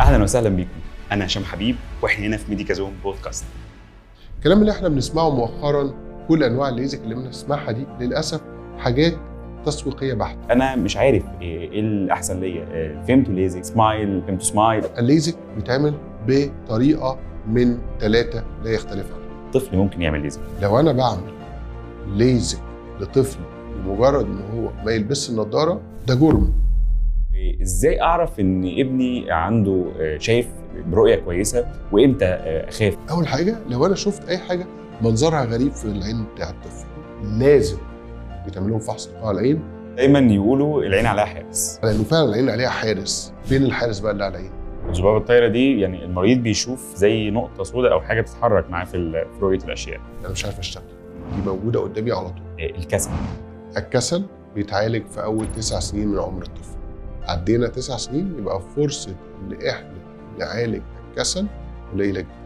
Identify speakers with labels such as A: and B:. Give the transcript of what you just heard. A: اهلا وسهلا بيكم انا هشام حبيب واحنا هنا في ميديكا زون بودكاست
B: الكلام اللي احنا بنسمعه مؤخرا كل انواع الليزك اللي بنسمعها دي للاسف حاجات تسويقيه بحته
A: انا مش عارف ايه الاحسن ليا إيه فيمتو ليزك سمايل فيمتو سمايل
B: الليزك بيتعمل بطريقه من ثلاثه لا يختلف عنها
A: طفل ممكن يعمل ليزك
B: لو انا بعمل ليزك لطفل لمجرد ان هو ما يلبسش النضاره ده جرم
A: ازاي اعرف ان ابني عنده آه، شايف برؤيه كويسه وامتى آه، اخاف
B: اول حاجه لو انا شفت اي حاجه منظرها غريب في العين بتاع الطفل لازم بيتعمل لهم فحص لقاء العين
A: دايما يقولوا العين عليها حارس
B: لانه فعلا العين عليها حارس فين الحارس بقى اللي على العين
A: الذبابه الطايره دي يعني المريض بيشوف زي نقطه سوداء او حاجه بتتحرك معاه في ال- في رؤيه الاشياء
B: انا مش عارف اشتغل دي موجوده قدامي على طول
A: آه، الكسل
B: الكسل بيتعالج في اول تسع سنين من عمر الطفل عدينا تسع سنين يبقى فرصه ان احنا نعالج الكسل قليله جدا